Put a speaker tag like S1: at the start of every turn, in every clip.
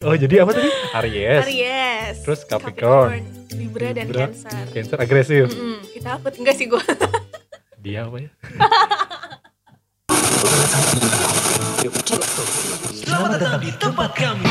S1: Oh jadi apa tadi? Aries.
S2: Aries.
S1: Terus Capricorn.
S2: Libra, dan
S1: Libra.
S2: Cancer.
S1: Cancer agresif.
S2: Mm-mm. Kita apa? Enggak sih gue.
S1: Dia apa ya?
S3: Selamat datang di tempat kami.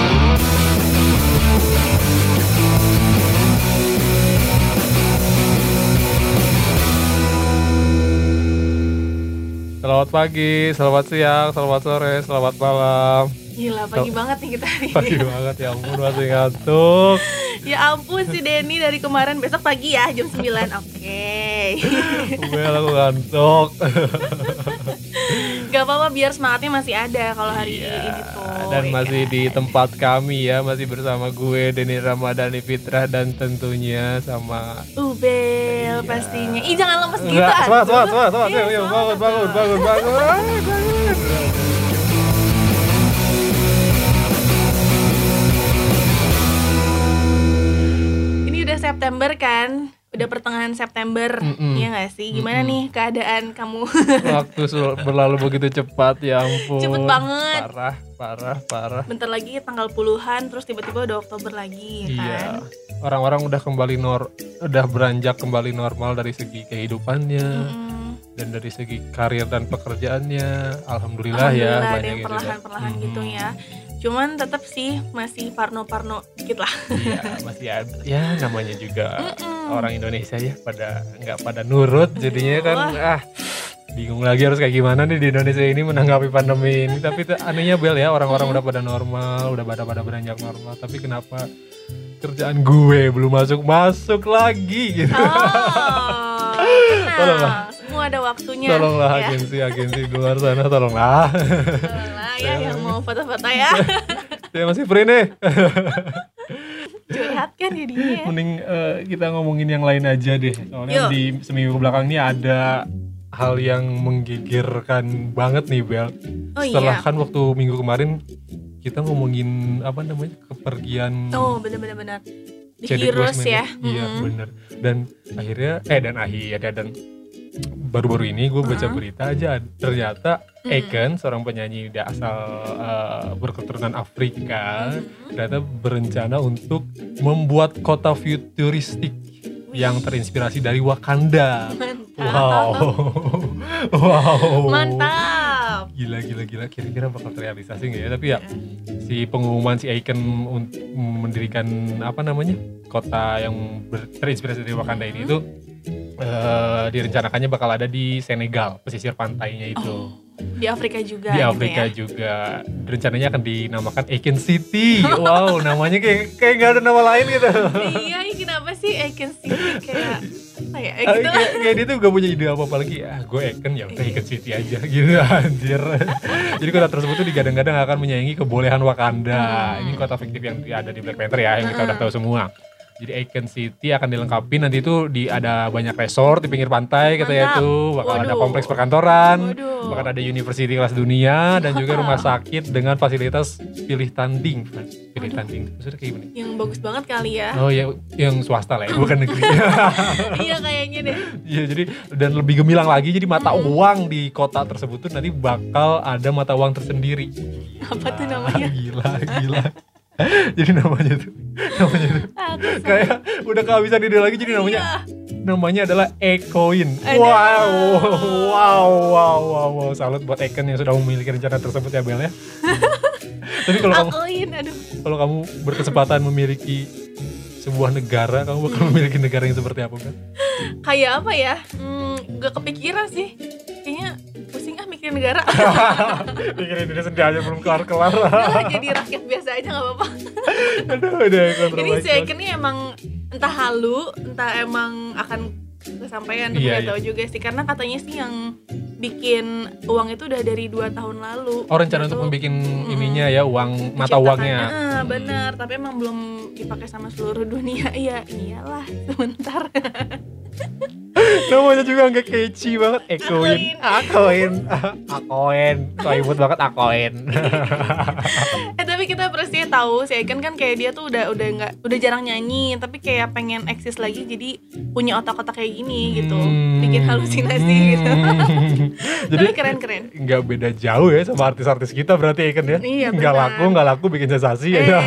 S1: Selamat pagi, selamat siang, selamat sore, selamat malam.
S2: Gila, pagi
S1: Tau-
S2: banget nih kita hari ini.
S1: Pagi banget ya ampun masih ngantuk.
S2: Ya ampun si Denny dari kemarin besok pagi ya jam 9. Oke.
S1: Well aku ngantuk.
S2: Gak apa-apa biar semangatnya masih ada kalau hari
S1: Iya,
S2: ini tuh.
S1: Dan
S2: ya
S1: masih
S2: kan?
S1: di tempat kami ya, masih bersama gue Deni Ramadhani Fitrah dan tentunya sama
S2: Ubel pastinya. Ih jangan lemes gitu.
S1: Iya. Enggak, semangat,
S2: atuh.
S1: semangat, semangat, semangat,
S2: Iya,
S1: yuk, yuk,
S2: semangat,
S1: bangun, bangun,
S2: atuh.
S1: bangun, bangun, bangun,
S2: Ini udah September kan? Udah pertengahan September.
S1: Mm-mm.
S2: Iya gak sih? Gimana nih keadaan kamu?
S1: Waktu sul- berlalu begitu cepat, ya ampun.
S2: Cepet banget.
S1: Parah, parah, parah.
S2: Bentar lagi tanggal puluhan terus tiba-tiba udah Oktober lagi ya kan?
S1: Iya. Orang-orang udah kembali nor, udah beranjak kembali normal dari segi kehidupannya
S2: Mm.
S1: dan dari segi karir dan pekerjaannya. Alhamdulillah,
S2: Alhamdulillah
S1: ya
S2: ada
S1: banyak
S2: yang
S1: gitu.
S2: perlahan-perlahan
S1: Mm-mm.
S2: gitu ya. Cuman tetap sih masih parno-parno dikit lah.
S1: Iya, masih ada. Ya namanya juga
S2: Mm-mm.
S1: orang Indonesia ya pada nggak pada nurut jadinya kan ah bingung lagi harus kayak gimana nih di Indonesia ini menanggapi pandemi ini tapi tuh anehnya Bel ya orang-orang udah pada normal udah pada pada beranjak normal tapi kenapa kerjaan gue belum masuk masuk lagi gitu
S2: Oh,
S1: Tolonglah.
S2: tenang. Semua ada waktunya.
S1: tolonglah gitu.
S2: ya.
S1: agensi agensi di luar sana tolonglah
S2: Tolonglah ya yang mau foto-foto ya.
S1: saya masih free nih
S2: Curhat kan jadinya.
S1: mending eh, kita ngomongin yang lain aja deh soalnya
S2: Yuk.
S1: di seminggu belakang ini ada hal yang menggigirkan banget nih Bel
S2: Oh
S1: setelah
S2: iya.
S1: kan waktu minggu kemarin kita ngomongin apa namanya kepergian
S2: Oh, benar-benar di
S1: Chadwick
S2: heroes
S1: Boseman
S2: ya.
S1: iya
S2: Mm-mm.
S1: bener dan akhirnya eh dan akhirnya dan baru-baru ini gue baca
S2: Mm-mm.
S1: berita aja ternyata
S2: Mm-mm.
S1: Eken seorang penyanyi dia asal eh, berketurunan Afrika
S2: Mm-mm.
S1: ternyata berencana untuk membuat kota futuristik yang terinspirasi dari Wakanda
S2: Mantap.
S1: wow wow
S2: Mantap.
S1: gila gila gila kira-kira bakal terrealisasi nggak ya tapi ya
S2: Iya.
S1: si pengumuman si Icon un- mendirikan apa namanya kota yang ber- terinspirasi dari Wakanda ini itu eh, direncanakannya bakal ada di Senegal pesisir pantainya itu
S2: Di Afrika juga.
S1: di
S2: gitu
S1: Afrika
S2: ya.
S1: juga rencananya akan dinamakan Icon City wow namanya kayak kayak nggak ada nama lain gitu
S2: iya, ih, kenapa sih I can see it kayak apa ya?
S1: Ah,
S2: Gitu.
S1: kayak, kayak dia tuh gak punya ide apa-apa lagi ah gue Eken ya udah Eken City aja gitu anjir jadi kota tersebut tuh digadang-gadang akan menyaingi kebolehan
S2: Ah.
S1: Wakanda ini kota fiktif yang ada di Black Panther ya yang kita udah tahu semua jadi Icon City akan dilengkapi nanti itu di ada banyak resort di pinggir pantai katanya
S2: Mantap.
S1: tuh bakal ada
S2: Waduh.
S1: kompleks perkantoran
S2: Waduh.
S1: bakal ada university kelas dunia dan juga rumah sakit dengan fasilitas pilih tanding pilih tanding maksudnya kayak gimana?
S2: Yang bagus banget kali ya.
S1: Oh ya, yang swasta lah ya, bukan negeri. Oh.
S2: iya kayaknya deh.
S1: Iya jadi dan lebih gemilang lagi jadi mata uang di kota tersebut tuh nanti bakal ada mata uang tersendiri.
S2: Apa tuh
S1: Gila,
S2: namanya?
S1: Gila gila. jadi namanya tuh namanya tuh
S2: Ah, Aku
S1: kayak udah kehabisan ide lagi jadi namanya
S2: Iya.
S1: namanya adalah Ecoin.
S2: Aduh.
S1: Wow wow wow wow wow salut buat Econ yang sudah memiliki rencana tersebut ya Bel ya. Tapi kalau kamu
S2: akuin aduh.
S1: kalau kamu berkesempatan memiliki sebuah negara kamu bakal
S2: Hmm.
S1: memiliki negara yang seperti apa Bel?
S2: Kayak apa ya? Hmm, gak kepikiran sih. Kayaknya pusing ah mikirin negara.
S1: Pikirin diri sendiri aja belum kelar-kelar.
S2: Jadi rakyat biasa aja gak apa-apa.
S1: Aduh, udah kontrol
S2: Ini si Eken nih emang entah halu, entah emang akan kesampaian tapi
S1: Iya,
S2: nggak tahu juga sih karena katanya sih yang bikin uang itu udah dari dua tahun lalu.
S1: Oh, rencana untuk
S2: Itu
S1: membuat ininya ya uang mata
S2: menciptakan-
S1: uangnya.
S2: Ah, bener, tapi emang belum dipakai sama seluruh dunia. Iya, iyalah sebentar.
S1: namanya juga nggak catchy banget Eh,
S2: Ah,
S1: Ah, Ekoin Akoin Akoin soibut Ah, banget ah, Akoin
S2: eh tapi kita pasti tahu si Eken kan kayak dia tuh udah udah nggak udah jarang nyanyi tapi kayak pengen eksis lagi jadi punya otak-otak kayak gini gitu bikin halusinasi gitu
S1: Hmm. Mm. jadi
S2: tapi keren keren
S1: nggak beda jauh ya sama artis-artis kita berarti Eken ya
S2: Iya,
S1: nggak
S2: benar. Eh,
S1: laku nggak laku bikin sensasi
S2: Hey.
S1: ya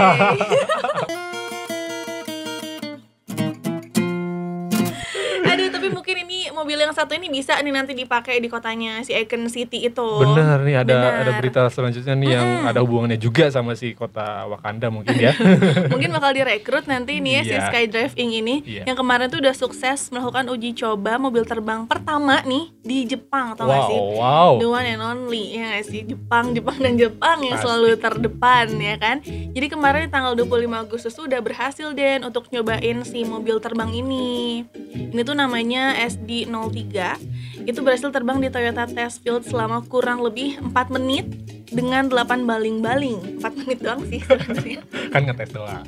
S2: Aduh, tapi mungkin ini mobil yang satu ini bisa nih nanti dipakai di kotanya si Icon City itu.
S1: Bener nih ada
S2: Bener.
S1: ada berita selanjutnya nih yang
S2: Mm-mm.
S1: ada hubungannya juga sama si kota Wakanda mungkin ya.
S2: Mungkin bakal direkrut nanti nih ya si
S1: Iya.
S2: Skydrive Inc ini
S1: Iya.
S2: yang kemarin tuh udah sukses melakukan uji coba mobil terbang pertama nih di Jepang tau gak
S1: wow,
S2: sih?
S1: wow.
S2: The one and only ya gak sih Jepang, Jepang dan Jepang yang
S1: Pasti.
S2: selalu terdepan ya kan. Jadi kemarin tanggal 25 Agustus tuh udah berhasil Den untuk nyobain si mobil terbang ini. Ini tuh namanya SD03. Itu berhasil terbang di Toyota Test Field selama kurang lebih 4 menit dengan 8 baling-baling. 4 menit doang sih sebenarnya.
S1: Kan ngetes doang.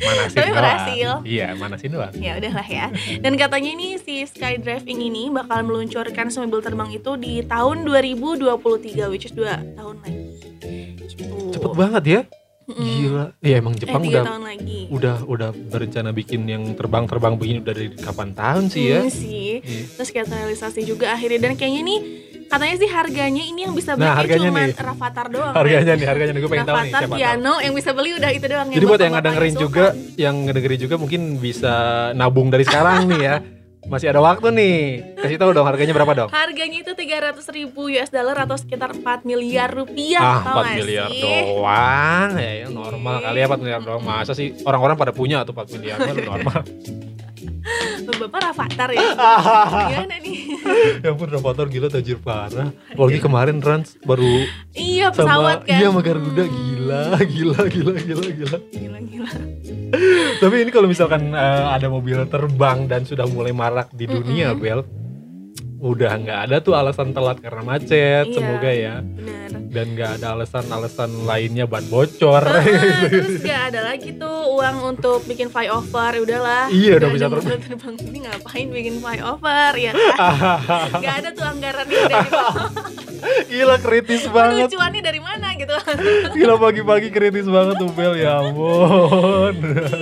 S1: Manasin
S2: Tapi
S1: doang.
S2: berhasil.
S1: Iya, manasin doang.
S2: ya udahlah ya dan katanya ini si Skydrive Inc ini bakal meluncurkan si mobil terbang itu di tahun 2023 which is 2 tahun lagi gitu
S1: Cepet banget ya.
S2: Mm-mm.
S1: Gila. Iya emang
S2: eh,
S1: Jepang udah
S2: tiga tahun lagi
S1: udah udah berencana bikin yang terbang-terbang begini udah dari kapan tahun sih ya.
S2: Hmm, sih
S1: Iya.
S2: terus kayak terrealisasi juga akhirnya dan kayaknya nih katanya sih harganya ini yang bisa beli
S1: Nah, harganya
S2: cuma
S1: nih.
S2: Rafathar doang
S1: Harganya nih, harganya nih gue pengen tahu nih
S2: Rafathar
S1: siapa tahu.
S2: Piano yang bisa beli udah itu doang
S1: Jadi buat yang
S2: bapak-bapak
S1: ngedengerin
S2: suka.
S1: juga, yang ngedengerin juga mungkin bisa nabung dari sekarang nih ya. Masih ada waktu nih. Kasih tahu dong harganya berapa dong?
S2: harganya itu 300 ribu US dollar atau sekitar 4 miliar rupiah tau
S1: ah, 4
S2: gak
S1: miliar
S2: Ya, sih?
S1: doang ya, ya normal kali ya 4 miliar doang masa sih orang-orang pada punya tuh 4 miliar mah normal
S2: Bapak Rafathar ya gimana nih
S1: ya ampun Rafathar gila tajir parah apalagi kemarin Rans baru
S2: Iya
S1: sama
S2: pesawat kan.
S1: iya sama Garuda
S2: Hmm.
S1: gila gila gila gila gila
S2: Gila gila.
S1: tapi ini kalau misalkan eh, ada mobil terbang dan sudah mulai marak di dunia
S2: Mm-mm.
S1: Bel udah nggak ada tuh alasan telat karena macet
S2: Iya.
S1: semoga ya
S2: Benar.
S1: dan nggak ada alasan-alasan lainnya ban bocor
S2: Ah, terus gak ada lagi tuh uang untuk bikin flyover, ya udahlah.
S1: Iya, udah
S2: Gak
S1: bisa
S2: ada
S1: terbang.
S2: mobil terbang. Ini ngapain bikin flyover ya? Kan? gak ada tuh anggaran yang dari
S1: gila kritis banget
S2: Lucuannya dari mana gitu?
S1: Gila pagi-pagi kritis banget tuh Bel, ya ampun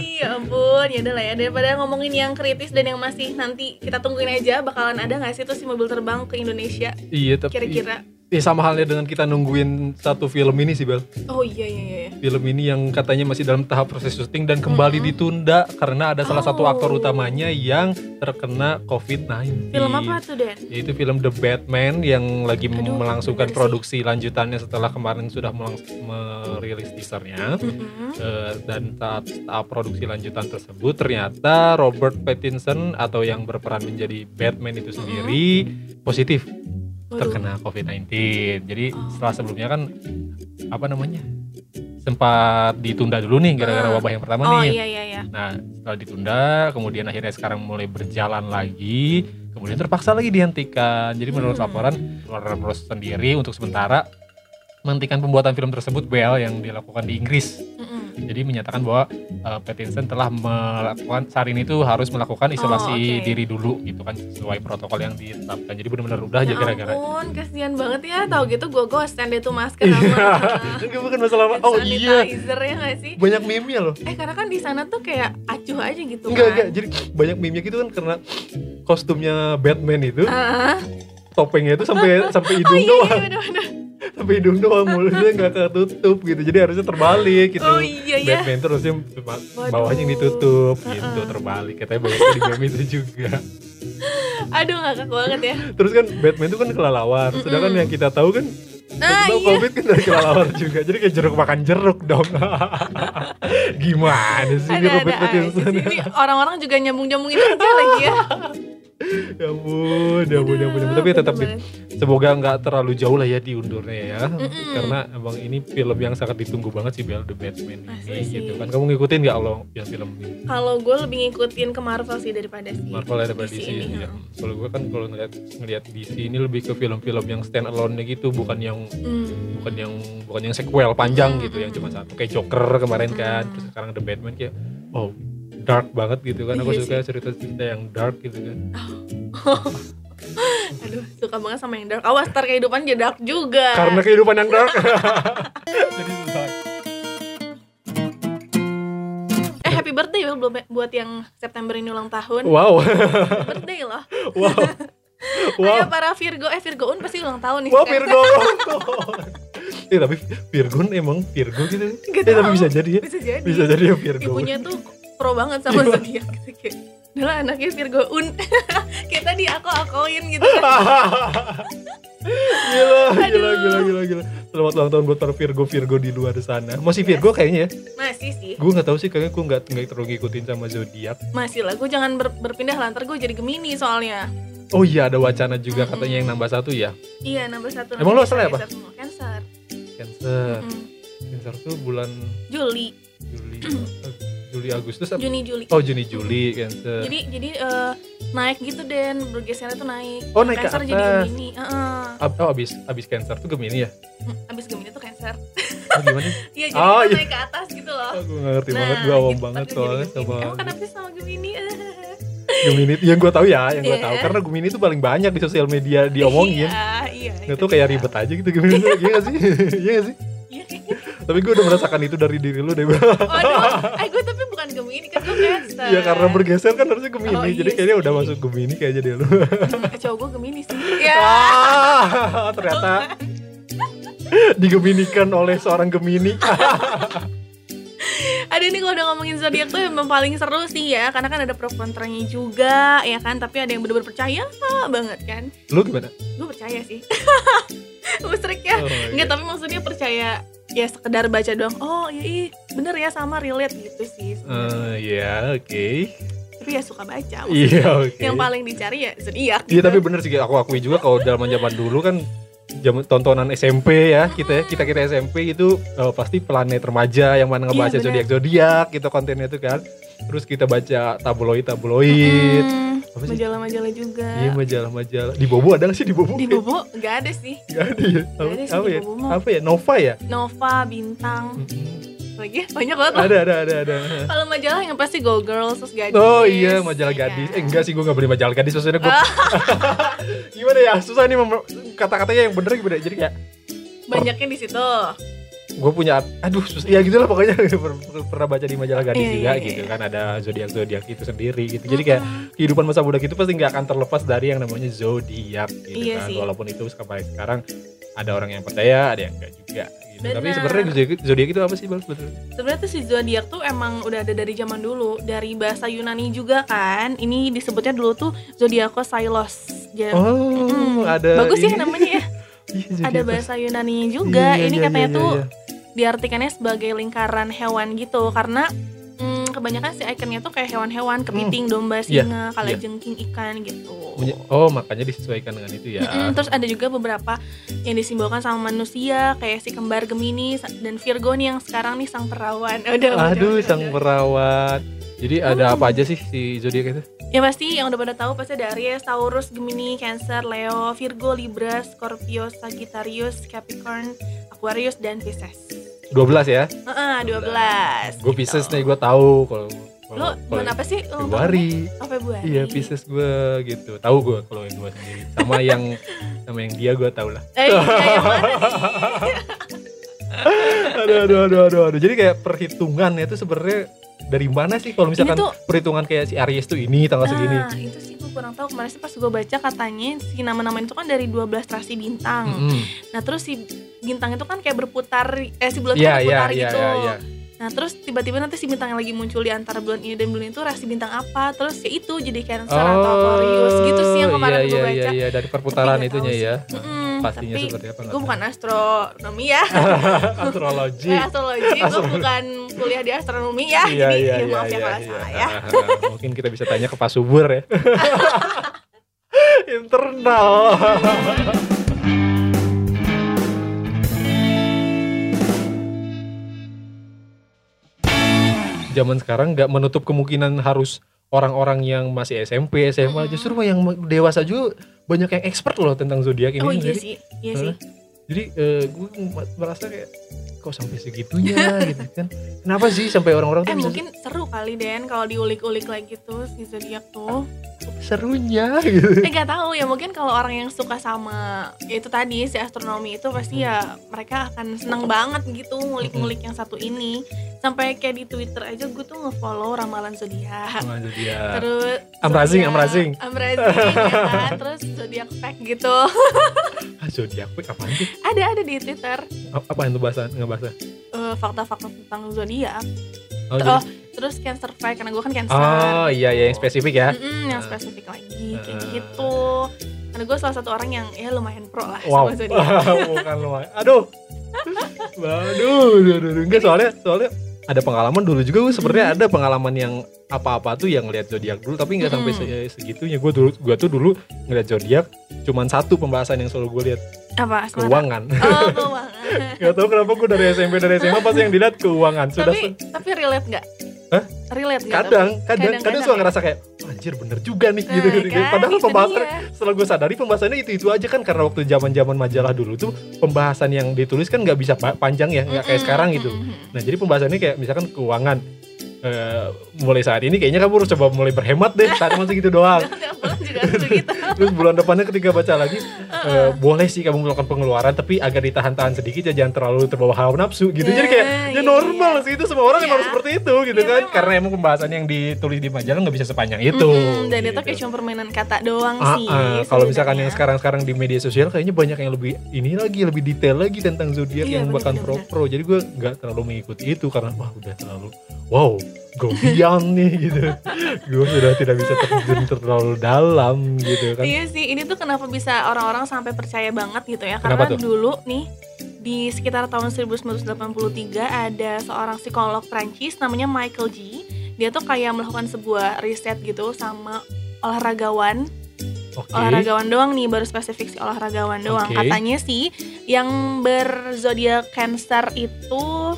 S2: Iya ampun, ya udahlah ya daripada ngomongin yang kritis dan yang masih nanti kita tungguin aja bakalan ada nggak sih tuh si mobil terbang ke Indonesia
S1: Iya tapi
S2: kira-kira?
S1: Eh, sama halnya dengan kita nungguin satu film ini sih Bel
S2: Oh iya iya iya.
S1: Film ini yang katanya masih dalam tahap proses syuting dan kembali ditunda Karena ada salah satu
S2: Oh.
S1: aktor utamanya yang terkena COVID-19
S2: Film apa tuh Den?
S1: Yaitu film The Batman yang lagi
S2: Aduh,
S1: melangsungkan
S2: bener sih.
S1: produksi lanjutannya setelah kemarin sudah melangs- merilis teasernya
S2: Mm-mm.
S1: Eh, dan saat tahap produksi lanjutan tersebut ternyata Robert Pattinson atau yang berperan menjadi Batman itu sendiri positif
S2: Waduh.
S1: terkena COVID-19. Jadi
S2: Oh.
S1: setelah sebelumnya kan apa namanya sempat ditunda dulu nih gara-gara
S2: Ah.
S1: wabah yang pertama
S2: Oh
S1: nih.
S2: iya iya iya.
S1: Nah setelah ditunda, kemudian akhirnya sekarang mulai berjalan lagi, kemudian terpaksa lagi dihentikan. Jadi menurut
S2: Hmm.
S1: laporan Warner Bros sendiri untuk sementara menghentikan pembuatan film tersebut Bel yang dilakukan di Inggris.
S2: Mm-mm.
S1: Jadi menyatakan bahwa uh, Pattinson telah melakukan saat ini tuh harus melakukan isolasi
S2: Oh, oke.
S1: diri dulu gitu kan sesuai protokol yang ditetapkan. Jadi benar-benar udah aja
S2: Ya
S1: gara-gara.
S2: ampun, kasihan banget ya. Tahu gitu gue gosen deh tuh masker
S1: Iya.
S2: sama
S1: Enggak bukan masalah Oh, iya.
S2: hand sanitizer ya nggak sih?
S1: Banyak meme-nya loh.
S2: Eh karena kan di sana tuh kayak acuh aja gitu
S1: Enggak, enggak.
S2: kan.
S1: Jadi banyak meme-nya gitu kan karena kostumnya Batman itu
S2: Ah,
S1: topengnya itu sampai sampai
S2: oh
S1: hidung
S2: iya, iya
S1: doang,
S2: bener-bener.
S1: sampai hidung doang mulutnya nggak ketutup gitu. Jadi harusnya terbalik gitu.
S2: Oh iya ya.
S1: Batman tuh harusnya cuma
S2: Waduh.
S1: bawahnya yang ditutup gitu
S2: Uh-uh.
S1: terbalik katanya banyak di meme itu juga.
S2: Aduh ngakak banget ya.
S1: Terus kan Batman itu kan kelelawar, sedangkan yang kita tahu kan
S2: Nah
S1: kita tahu
S2: iya.
S1: COVID kan dari kelelawar juga. Jadi kayak jeruk makan jeruk dong. Gimana sih gitu ini Robert
S2: Ada-ada aja
S1: Pattinson?
S2: sih. Ini orang-orang juga nyambung-nyambungin aja lagi ya.
S1: ya ampun, ya ampun, ya ampun. ya ampun.
S2: Aduh,
S1: Tapi tetap
S2: bener
S1: semoga nggak terlalu jauh lah ya diundurnya ya.
S2: Mm-mm.
S1: Karena emang ini film yang sangat ditunggu banget sih Bel The Batman ini
S2: Asli sih.
S1: gitu kan. Kamu ngikutin nggak lo ya film ini?
S2: Kalau gue lebih ngikutin ke Marvel sih daripada sih.
S1: Marvel ada pada DC
S2: ini,
S1: ya.
S2: heeh.
S1: Kalau gue kan kalau ngeliat ngeliat DC ini lebih ke film-film yang stand alone nya gitu, bukan yang
S2: Hmm.
S1: bukan yang bukan yang sequel panjang
S2: Hmm,
S1: gitu yang
S2: hmm.
S1: cuma satu kayak Joker kemarin kan terus sekarang The Batman kayak oh dark banget gitu kan. Aku
S2: Iya
S1: suka cerita-cerita yang dark gitu kan.
S2: Aduh, suka banget sama yang dark. Awas, ntar kehidupan jadi dark juga.
S1: Karena kehidupan yang dark. Jadi susah.
S2: Eh, happy birthday Will, belum- buat yang September ini ulang tahun.
S1: Wow.
S2: Happy birthday loh.
S1: wow. Wow.
S2: Ayo para Virgo, eh Virgoun pasti ulang tahun nih.
S1: Wow,
S2: sekarang.
S1: Virgo. Eh tapi Virgo emang Virgo gitu.
S2: Nggak
S1: Eh tapi
S2: tahu.
S1: bisa jadi ya.
S2: Bisa jadi.
S1: Bisa jadi ya Virgo. Iya.
S2: Ibunya tuh pro banget sama zodiak gitu kayak. Adalah anaknya Virgoun. kayak tadi aku akuin gitu. kan.
S1: gila, gila,
S2: Aduh.
S1: gila, gila, gila. Selamat ulang tahun buat para Virgo Virgo di luar sana. Masih Virgo kayaknya ya?
S2: Masih sih.
S1: Gue nggak tahu sih, kayaknya gue nggak nggak terlalu ngikutin sama zodiak.
S2: Masih lah, gue jangan ber- berpindah lah, ntar gue jadi Gemini soalnya
S1: Oh iya, ada wacana juga katanya yang nambah satu ya.
S2: Iya, nambah satu
S1: Emang ya, lu
S2: nambah
S1: asalnya
S2: satu,
S1: apa?
S2: Cancer semua. Cancer
S1: Iya. Cancer.
S2: Mm.
S1: Cancer tuh bulan
S2: Juli,
S1: Juli, eh, Juli Agustus. apa?
S2: Juni, Juli
S1: Oh iya. Juni Juli Cancer.
S2: Jadi jadi eh, naik gitu Den, bergesernya tuh naik
S1: Oh, naik ke
S2: Cancer jadi
S1: atas.
S2: Gemini Heeh.
S1: Ab- oh abis abis Cancer tuh Gemini ya?
S2: Mm, Abis Gemini tuh Cancer
S1: Oh, gimana?
S2: Iya, jadi
S1: Oh,
S2: kita
S1: iya.
S2: naik ke atas gitu loh
S1: gue nggak ngerti banget, gue awam
S2: gitu,
S1: banget
S2: ntar gue jadi
S1: soalnya
S2: Gemini.
S1: sama
S2: Emang kenapa sih sama Gemini?
S1: Gemini. Yang gue tahu ya, yang gue
S2: Iya.
S1: tahu karena Gemini tuh paling banyak di sosial media diomongin.
S2: Iya, iya
S1: Nggak
S2: itu
S1: tuh kayak
S2: dia.
S1: ribet aja gitu Gemini tuh, iya gak sih? Iya gak sih?
S2: Iya.
S1: Tapi gue udah merasakan itu dari diri lu deh
S2: Nah. Waduh, eh gue tapi bukan Gemini, kan gue Cancer
S1: Ya karena bergeser kan harusnya Gemini
S2: Oh, iya
S1: Jadi kayaknya
S2: sih.
S1: udah masuk Gemini kayaknya deh lu
S2: Hmm, Cowok gue Gemini sih Ya,
S1: ah, Ternyata digeminikan oleh seorang Gemini
S2: Aduh ini kalau udah ngomongin zodiak tuh emang paling seru sih ya karena kan ada pro kontranya juga ya kan tapi ada yang bener-bener percaya banget kan
S1: Lu gimana?
S2: gue percaya sih musrik ya
S1: Oh, iya.
S2: nggak tapi maksudnya percaya ya sekedar baca doang oh iya iya, bener ya sama relate gitu sih sebenarnya.
S1: Eh, Iya oke
S2: tapi ya suka baca maksudnya.
S1: Iya oke
S2: yang paling dicari ya zodiak
S1: Iya
S2: gitu.
S1: tapi bener sih aku akui juga kalau dalam zaman dulu kan zaman tontonan SMP ya kita ya kita kita SMP itu eh, pasti planet remaja yang mana ngebaca
S2: Iya, bener.
S1: zodiak zodiak gitu kontennya itu kan terus kita baca tabloid tabloid
S2: Hmm,
S1: Apa sih?
S2: majalah-majalah juga
S1: iya majalah-majalah di Bobo ada nggak sih di Bobo
S2: di bobo nggak ada sih
S1: nggak ada ya
S2: Nggak
S1: apa,
S2: ada sih
S1: apa
S2: di
S1: ya
S2: Bobo mah.
S1: apa ya Nova ya
S2: Nova bintang
S1: Mm-mm.
S2: lagi ya, banyak banget lah.
S1: Hmm. ada ada ada ada
S2: kalau majalah yang pasti Go Girls terus gadis
S1: oh iya majalah
S2: ya kan?
S1: gadis eh enggak sih gue nggak beli majalah gadis maksudnya gue gimana ya susah nih mem- kata-katanya yang bener gimana jadi kayak
S2: banyaknya di situ.
S1: gue punya aduh susah ya gitulah pokoknya Per- per- pernah baca di majalah gadis
S2: Iya,
S1: juga
S2: iya, iya.
S1: gitu kan ada zodiak zodiak itu sendiri gitu jadi kayak kehidupan masa budak itu pasti nggak akan terlepas dari yang namanya zodiak gitu
S2: Iya
S1: kan
S2: sih.
S1: walaupun itu sekarang sekarang ada orang yang percaya ada yang enggak juga gitu. tapi
S2: Benar.
S1: sebenarnya zodiak- zodiak itu apa sih bang sebetulnya
S2: Sebenarnya tuh si zodiak tuh emang udah ada dari zaman dulu, dari bahasa Yunani juga kan. Ini disebutnya dulu tuh zodiakos silos. Ja-
S1: oh
S2: Mm-mm.
S1: ada
S2: Bagus sih
S1: ini.
S2: namanya ya.
S1: Iya,
S2: Ada
S1: zodiak.
S2: bahasa Yunani juga.
S1: Iya,
S2: Ini
S1: iya,
S2: katanya
S1: iya,
S2: tuh
S1: iya.
S2: diartikannya sebagai lingkaran hewan gitu karena mm, kebanyakan si ikonnya tuh kayak hewan-hewan, kepiting, domba,
S1: Iya,
S2: singa,
S1: iya.
S2: kalajengking, ikan gitu.
S1: Punya- oh makanya disesuaikan dengan itu ya
S2: Mm-mm, terus ada juga beberapa yang disimbolkan sama manusia kayak si kembar Gemini sa- dan Virgo nih yang sekarang nih sang perawan. Aduh,
S1: aduh
S2: aduh,
S1: sang
S2: aduh.
S1: perawat jadi
S2: Oh.
S1: ada apa aja sih si zodiak itu
S2: Ya pasti yang udah pada tahu pasti ada Aries, Taurus, Gemini, Cancer, Leo, Virgo, Libra, Scorpio, Sagittarius, Capricorn, Aquarius dan Pisces.
S1: 12 ya
S2: Heeh, 12.
S1: Gue
S2: gitu.
S1: Pisces nih, gue tahu kalau kalau-
S2: Lo bulan apa sih? Lo
S1: Februari.
S2: tahunnya? Oh, Februari.
S1: Iya Pisces gue gitu, tahu gue kalau yang gue sendiri sama yang sama yang dia gue tau lah.
S2: Eh, iya, yang mana sih?
S1: Aduh aduh aduh aduh aduh. Jadi kayak perhitungan itu sebenarnya dari mana sih kalau misalkan
S2: tuh-
S1: perhitungan kayak si Aries tuh ini tanggal segini.
S2: Nah, itu sih gue kurang tahu kemarin sih pas gue baca katanya si nama-nama itu kan dari 12 rasi bintang.
S1: Mm-mm.
S2: Nah terus si bintang itu kan kayak berputar, eh si bulan itu
S1: Iya iya
S2: berputar
S1: iya
S2: gitu.
S1: iya. iya.
S2: Nah terus tiba-tiba nanti si bintang yang lagi muncul di antara bulan ini dan bulan itu rasi bintang apa? Terus ya itu jadi Cancer atau Aquarius gitu sih yang kemarin
S1: Oh, iya,
S2: gue
S1: iya,
S2: baca.
S1: Iya iya dari perputaran
S2: nggak tahu
S1: itunya
S2: sih.
S1: ya.
S2: Mm-mm,
S1: Pastinya
S2: tapi
S1: seperti apa? nggak
S2: gue
S1: tahu. Ah,
S2: bukan astronomi ya,
S1: astrologi.
S2: eh, astrologi. Gue bukan kuliah di astronomi
S1: Iya,
S2: ya, jadi ya, maaf ya kalau salah ya.
S1: Mungkin kita bisa tanya ke Pak Subur ya. Internal. Zaman sekarang nggak menutup kemungkinan harus orang-orang yang masih SMP,
S2: Hmm.
S1: SMA justru yang dewasa juga banyak yang expert loh tentang zodiak ini.
S2: Oh iya
S1: Jadi-
S2: sih, iya
S1: Hah?
S2: sih.
S1: Jadi, jadi eh, gue merasa kayak kok sampai segitunya gitu kan kenapa sih sampai orang-orang tuh
S2: Eh
S1: bisa
S2: mungkin seru kali Den kalau diulik-ulik lagi tuh si zodiak tuh.
S1: serunya gitu
S2: Eh gak tahu ya mungkin kalau orang yang suka sama ya itu tadi si astronomi itu pasti ya mereka akan seneng banget gitu ngulik-ngulik yang satu ini. Sampai kayak di Twitter aja gue tuh ngefollow ramalan zodiak.
S1: Nah, jadi ya.
S2: Ah, Terus
S1: Amrazing,
S2: zodiak-
S1: amrazing.
S2: Amrazing ya kan? Terus zodiak fact gitu.
S1: ah, zodiak weh, apaan sih
S2: ada ada di Twitter
S1: A- apaan tuh bahasa nggak bahasa
S2: eh, fakta-fakta tentang zodiak.
S1: oh,
S2: Ter-
S1: jadi-
S2: oh, terus cancer fact karena gue kan cancer.
S1: oh iya iya yang spesifik ya
S2: Mm-mm, yang
S1: Ah.
S2: spesifik lagi kayak
S1: Ah.
S2: gitu. Karena gue salah satu orang yang ya lumayan pro lah
S1: wow
S2: sama zodiak.
S1: bukan lumayan aduh aduh aduh, aduh, aduh. enggak soalnya soalnya ada pengalaman dulu juga gue sebenarnya
S2: Hmm.
S1: ada pengalaman yang apa-apa tuh yang ngeliat zodiak dulu tapi nggak sampai
S2: Mm.
S1: se- segitunya gue dulu gue tuh dulu ngeliat zodiak cuman satu pembahasan yang selalu gue lihat
S2: Apa? asmara?
S1: keuangan
S2: Oh, keuangan.
S1: Gak tau kenapa gue dari SMP dari SMA pasti yang dilihat keuangan sudah se-
S2: tapi tapi relate nggak?
S1: Hah?
S2: Relate
S1: kadang
S2: nggak?
S1: kadang kadang
S2: kadang-kadang
S1: suka
S2: ya.
S1: ngerasa kayak anjir bener juga nih gitu,
S2: Nah,
S1: gitu.
S2: kan,
S1: padahal
S2: itu
S1: pembahasan
S2: dia.
S1: setelah gue sadari pembahasannya itu itu aja kan karena waktu zaman zaman majalah dulu tuh pembahasan yang ditulis kan nggak bisa ba- panjang ya nggak kayak
S2: Mm-mm,
S1: sekarang gitu
S2: mm-mm.
S1: nah jadi pembahasannya kayak misalkan keuangan Eh, mulai saat ini kayaknya kamu harus coba mulai berhemat deh saat masih gitu doang
S2: Tiap bulan juga harus gitu.
S1: terus bulan depannya ketika baca lagi eh, boleh sih kamu melakukan pengeluaran tapi agak ditahan-tahan sedikit ya jangan terlalu terbawa hawa nafsu gitu jadi kayak ya
S2: Nah, iya,
S1: normal
S2: iya.
S1: sih itu semua orang
S2: Iya.
S1: emang seperti itu gitu
S2: Iya,
S1: kan
S2: memang.
S1: karena emang pembahasan yang ditulis di majalah nggak bisa sepanjang itu
S2: Mm-mm, Hmm, dan itu
S1: gitu.
S2: kayak cuma permainan kata doang
S1: Ah,
S2: sih.
S1: ah, kalau misalkan yang
S2: sebenarnya.
S1: sekarang-sekarang di media sosial kayaknya banyak yang lebih ini lagi lebih detail lagi tentang zodiak
S2: Iya,
S1: yang
S2: bener,
S1: bahkan
S2: bener,
S1: pro pro jadi gue nggak terlalu mengikuti itu karena wah udah terlalu wow go beyond nih gitu gue sudah tidak bisa terjun terlalu dalam gitu kan
S2: Iya sih, ini tuh kenapa bisa orang-orang sampai percaya banget gitu ya?
S1: Kenapa
S2: Karena
S1: tuh?
S2: dulu nih di sekitar tahun 1983 ada seorang psikolog Prancis namanya Michael G. Dia tuh kayak melakukan sebuah riset gitu sama olahragawan,
S1: oke
S2: olahragawan doang nih, baru spesifik si olahragawan doang.
S1: Oke.
S2: Katanya sih yang berzodiak Cancer itu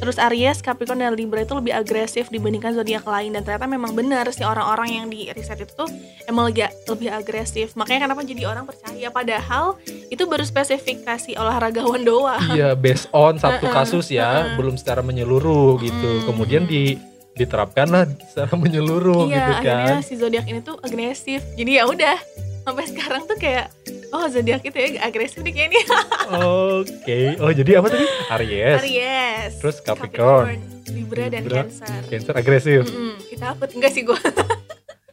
S2: terus Aries, Capricorn dan Libra itu lebih agresif dibandingkan zodiak lain dan ternyata memang benar sih orang-orang yang di riset itu tuh emang lagi lebih agresif. Makanya kenapa jadi orang percaya padahal itu baru spesifikasi olahragawan doang.
S1: Iya, based on satu
S2: Heeh,
S1: kasus ya, belum secara menyeluruh gitu.
S2: Mm.
S1: Kemudian di diterapkanlah secara menyeluruh
S2: iya,
S1: gitu kan.
S2: akhirnya si zodiak ini tuh agresif. Jadi ya udah sampai sekarang tuh kayak oh zodiak itu ya agresif nih kayaknya.
S1: Oke. Oh, jadi apa tadi? Aries.
S2: Aries.
S1: Terus Capricorn,
S2: Libra, dan
S1: Libra.
S2: Cancer.
S1: Cancer agresif.
S2: Mm-mm, kita apa? Enggak sih gue.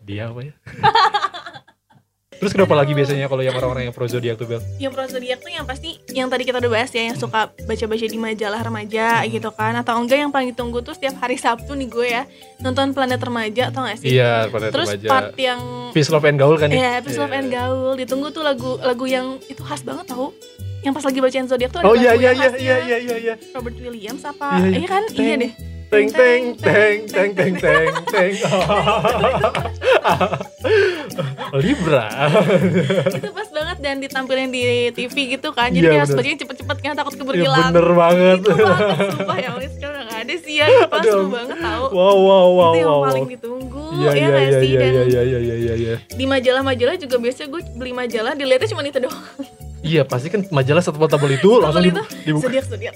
S1: Dia apa ya? Terus kenapa lagi biasanya kalau yang orang-orang yang pro zodiak tuh Bel?
S2: yang pro zodiak tuh yang pasti yang tadi kita udah bahas ya yang suka baca-baca di majalah remaja gitu kan atau enggak yang paling ditunggu tuh setiap hari Sabtu nih gue ya nonton Planet Remaja tau gak sih
S1: Iya, pada
S2: terus
S1: remaja.
S2: part yang
S1: Peace Love and Gaul kan ya?
S2: ya episode and Gaul ditunggu tuh lagu lagu yang itu khas banget tau yang pas lagi bacain zodiak tuh ada
S1: Oh iya iya
S2: lagu yang
S1: iya
S2: khasnya
S1: iya iya iya iya.
S2: Robert Williams
S1: Iya,
S2: apa
S1: iya.
S2: iya kan iya
S1: Teng,
S2: deh
S1: Teng teng teng teng teng teng teng. Libra.
S2: itu pas banget dan ditampilin di TV gitu kan jadi
S1: Iya,
S2: kayak harus
S1: bener.
S2: bacain cepet-cepet kan takut keburu
S1: Iya
S2: hilang
S1: bener banget.
S2: itu banget sumpah ya Allah sekarang nggak ada sih ya itu pas
S1: Aduh.
S2: seru banget tau
S1: Wow wow wow
S2: itu yang
S1: wow.
S2: paling
S1: wow.
S2: ditunggu
S1: Iya
S2: ya
S1: iya
S2: nggak
S1: iya
S2: sih
S1: iya
S2: dan
S1: iya iya iya iya iya.
S2: di majalah-majalah juga biasanya gue beli majalah dilihatnya cuma itu doang
S1: Iya pasti kan majalah satu tabel itu langsung
S2: Tabel
S1: dibu- dibuka
S2: zodiak zodiak